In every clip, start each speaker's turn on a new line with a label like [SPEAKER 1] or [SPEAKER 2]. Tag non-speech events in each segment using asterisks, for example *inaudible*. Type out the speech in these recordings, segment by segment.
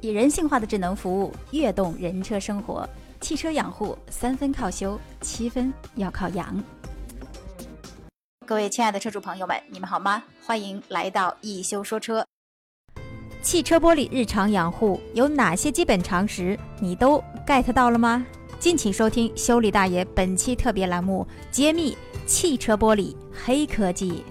[SPEAKER 1] 以人性化的智能服务跃动人车生活。汽车养护三分靠修，七分要靠养。各位亲爱的车主朋友们，你们好吗？欢迎来到一修说车。汽车玻璃日常养护有哪些基本常识，你都 get 到了吗？敬请收听修理大爷本期特别栏目，揭秘汽车玻璃黑科技。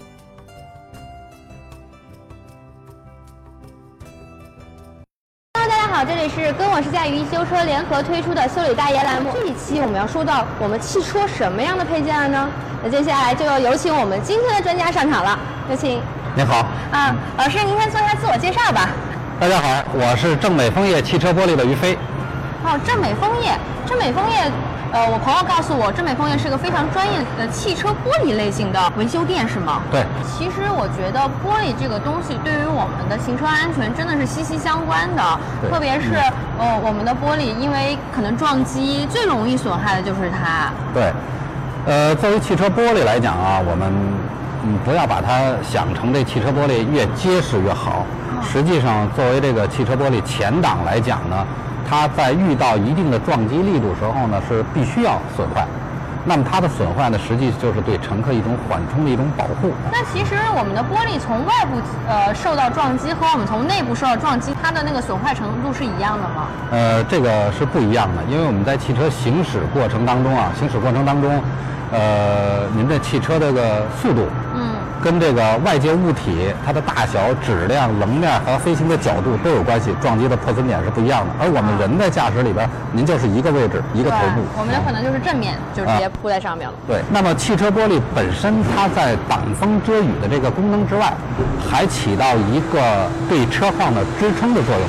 [SPEAKER 2] 好，这里是跟我是驾云修车联合推出的修理大爷栏目。这一期我们要说到我们汽车什么样的配件呢？那接下来就要有请我们今天的专家上场了，有请
[SPEAKER 3] 您好，
[SPEAKER 2] 啊，老师您先做一下自我介绍吧。
[SPEAKER 3] 大家好，我是正美枫叶汽车玻璃的于飞。
[SPEAKER 2] 哦，正美枫叶，正美枫叶，呃，我朋友告诉我，正美枫叶是个非常专业的汽车玻璃类型的维修店，是吗？
[SPEAKER 3] 对，
[SPEAKER 2] 其实我觉得玻璃这个东西对于我们的行车安全真的是息息相关的，
[SPEAKER 3] 对嗯
[SPEAKER 2] 特别是、呃我们的玻璃，因为可能撞击最容易损害的就是它。
[SPEAKER 3] 对，呃，作为汽车玻璃来讲啊，我们嗯不要把它想成这汽车玻璃越结实越好。实际上，作为这个汽车玻璃前挡来讲呢，它在遇到一定的撞击力度时候呢，是必须要损坏。那么它的损坏呢，实际就是对乘客一种缓冲的一种保护。
[SPEAKER 2] 那其实我们的玻璃从外部呃受到撞击和我们从内部受到撞击，它的那个损坏程度是一样的吗？
[SPEAKER 3] 呃，这个是不一样的，因为我们在汽车行驶过程当中啊，行驶过程当中，呃，您的汽车这个速度
[SPEAKER 2] 嗯，
[SPEAKER 3] 跟这个外界物体它的大小、质量、棱面和飞行的角度都有关系，撞击的破损点是不一样的。而我们人在驾驶里边，您就是一个位置，一个
[SPEAKER 2] 对
[SPEAKER 3] 头部，，啊
[SPEAKER 2] 我们有可能就是正面就直接扑在上面了。
[SPEAKER 3] 对，那么汽车玻璃本身它在挡风遮雨的这个功能之外，还起到一个对车况的支撑的作用。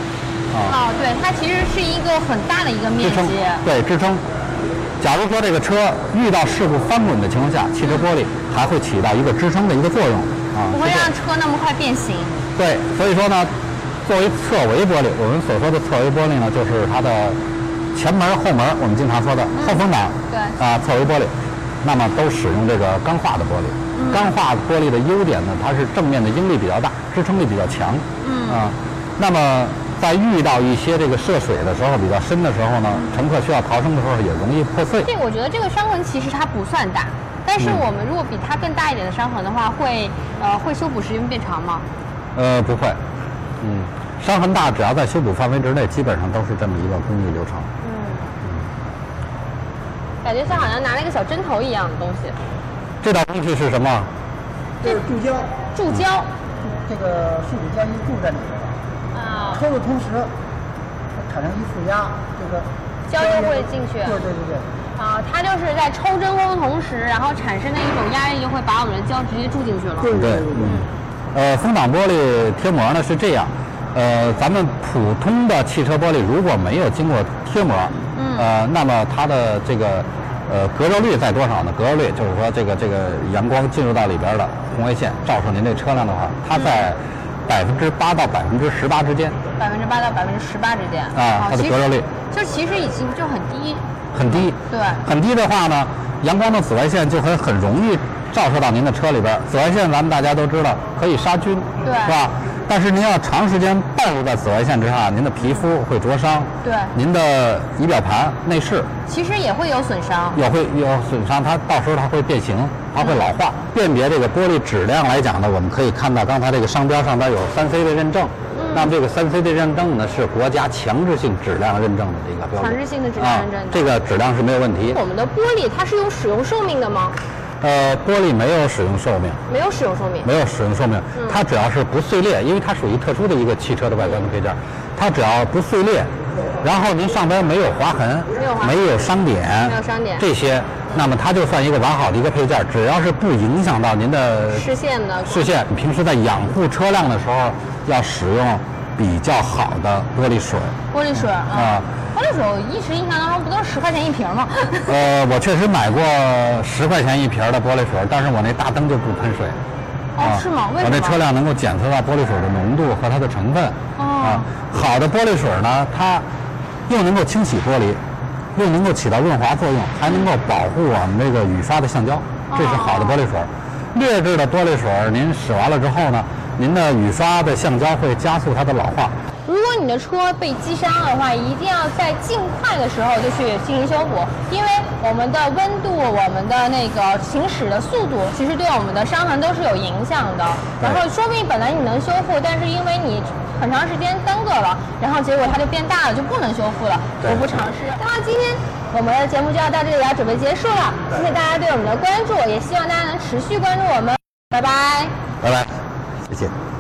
[SPEAKER 2] 哦，对，它其实是一个很大的一个面
[SPEAKER 3] 支撑
[SPEAKER 2] 积。，
[SPEAKER 3] 对支撑。假如说这个车遇到事故翻滚的情况下，汽车玻璃还会起到一个支撑的一个作用啊，
[SPEAKER 2] 不会
[SPEAKER 3] 是这
[SPEAKER 2] 让
[SPEAKER 3] 样
[SPEAKER 2] 车那么快变形。
[SPEAKER 3] 对，所以说呢，作为侧围玻璃，我们所说的侧围玻璃呢，就是它的前门、后门，我们经常说的后风挡，
[SPEAKER 2] 对
[SPEAKER 3] 啊，侧围玻璃，那么都使用这个钢化的玻璃。钢化玻璃的优点呢，它是正面的应力比较大，支撑力比较强，嗯啊，那么在遇到一些这个涉水的时候，比较深的时候呢，乘客需要逃生的时候也容易破碎。
[SPEAKER 2] 这我觉得这个伤痕其实它不算大，但
[SPEAKER 3] 嗯
[SPEAKER 2] 是我们如果比它更大一点的伤痕的话，会呃会修补时间变长吗？
[SPEAKER 3] 呃，不会，嗯，伤痕大只要在修补范围之内，基本上都是这么一个工艺流程。
[SPEAKER 2] 嗯，感觉像好像拿了一个小针头一样的东西，
[SPEAKER 3] 这道工序是什么？
[SPEAKER 4] 就是注胶，
[SPEAKER 2] 注
[SPEAKER 3] 嗯
[SPEAKER 2] 胶
[SPEAKER 4] 这个树脂胶一注在里面了，
[SPEAKER 2] 啊，
[SPEAKER 4] 抽的同时产生一负压，这个
[SPEAKER 2] 胶又会进去
[SPEAKER 4] 对对对对，
[SPEAKER 2] 啊，它就是在抽真空的同时，然后产生的一种压力，就会把我们的胶直接注进去了。
[SPEAKER 4] 对
[SPEAKER 3] 对，嗯，呃，风挡玻璃贴膜呢是这样，呃，咱们普通的汽车玻璃如果没有经过贴膜，
[SPEAKER 2] 嗯
[SPEAKER 3] 呃，那么它的这个呃隔热率在多少呢？隔热率就是说这个这个阳光进入到里边了，红外线照射您这车辆的话，它在百分之八到百分之十八之间，
[SPEAKER 2] 百分之八到百分之十八之间
[SPEAKER 3] 啊它的
[SPEAKER 2] 其实
[SPEAKER 3] 隔热率
[SPEAKER 2] 就其实已经就很低，
[SPEAKER 3] 很低。
[SPEAKER 2] 对
[SPEAKER 3] 很低的话呢，阳光的紫外线就很很容易照射到您的车里边儿。紫外线咱们大家都知道可以杀菌，
[SPEAKER 2] 对
[SPEAKER 3] 是吧？但是您要长时间暴露在紫外线之下，您的皮肤会灼伤，
[SPEAKER 2] 对
[SPEAKER 3] 您的仪表盘、内饰
[SPEAKER 2] 其实也会有损伤。
[SPEAKER 3] 也会有损伤，它到时候它会变形，它会老
[SPEAKER 2] 嗯
[SPEAKER 3] 化。辨别这个玻璃质量来讲呢，我们可以看到刚才这个商标上边有三 C 的认证。
[SPEAKER 2] 嗯
[SPEAKER 3] 那么这个三 C 的认证呢，是国家强制性质量认证的一个标准。
[SPEAKER 2] 强制性的质量认证
[SPEAKER 3] 啊，这个质量是没有问题。
[SPEAKER 2] 我们的玻璃它是有使用寿命的吗？
[SPEAKER 3] 呃，玻璃没有使用寿命，
[SPEAKER 2] 没有使用寿命。
[SPEAKER 3] 没有使用寿命，
[SPEAKER 2] 嗯
[SPEAKER 3] 它只要是不碎裂，因为它属于特殊的一个汽车的外观的配件，它只要不碎裂，然后您上边没有划痕，
[SPEAKER 2] 没有划痕
[SPEAKER 3] 没有伤点，
[SPEAKER 2] 没有伤点
[SPEAKER 3] 这些，那么它就算一个完好的一个配件，只要是不影响到您的
[SPEAKER 2] 视线的
[SPEAKER 3] 视线，平时在养护车辆的时候要使用比较好的玻璃水。
[SPEAKER 2] 玻璃水啊
[SPEAKER 3] 啊，
[SPEAKER 2] 玻璃水我一直印象当中不都是十块钱一瓶吗？
[SPEAKER 3] 呃，我确实买过十块钱一瓶的玻璃水，但是我那大灯就不喷水。
[SPEAKER 2] *laughs* 哦，是吗？为
[SPEAKER 3] 我
[SPEAKER 2] 什
[SPEAKER 3] 这
[SPEAKER 2] 么？
[SPEAKER 3] 啊车辆能够检测到玻璃水的浓度和它的成分。
[SPEAKER 2] 哦
[SPEAKER 3] 啊，好的玻璃水呢，它又能够清洗玻璃，又能够起到润滑作用，还能够保护我们这个雨刷的橡胶，这是好的玻璃水。
[SPEAKER 2] 哦
[SPEAKER 3] 劣质的玻璃水，您使完了之后呢，您的雨刷的橡胶会加速它的老化。
[SPEAKER 2] 如果你的车被击伤的话，一定要在尽快的时候就去进行修补，因为我们的温度、我们的那个行驶的速度，其实对我们的伤痕都是有影响的。然
[SPEAKER 3] 对
[SPEAKER 2] 后说不定本来你能修复，但是因为你很长时间耽搁了，然后结果它就变大了，就不能修复了，
[SPEAKER 3] 对
[SPEAKER 2] 得不偿失。那么今天我们的节目就要到这里要准备结束了，谢谢大家对我们的关注，也希望大家能持续关注我们，拜拜。
[SPEAKER 3] 拜拜，谢谢。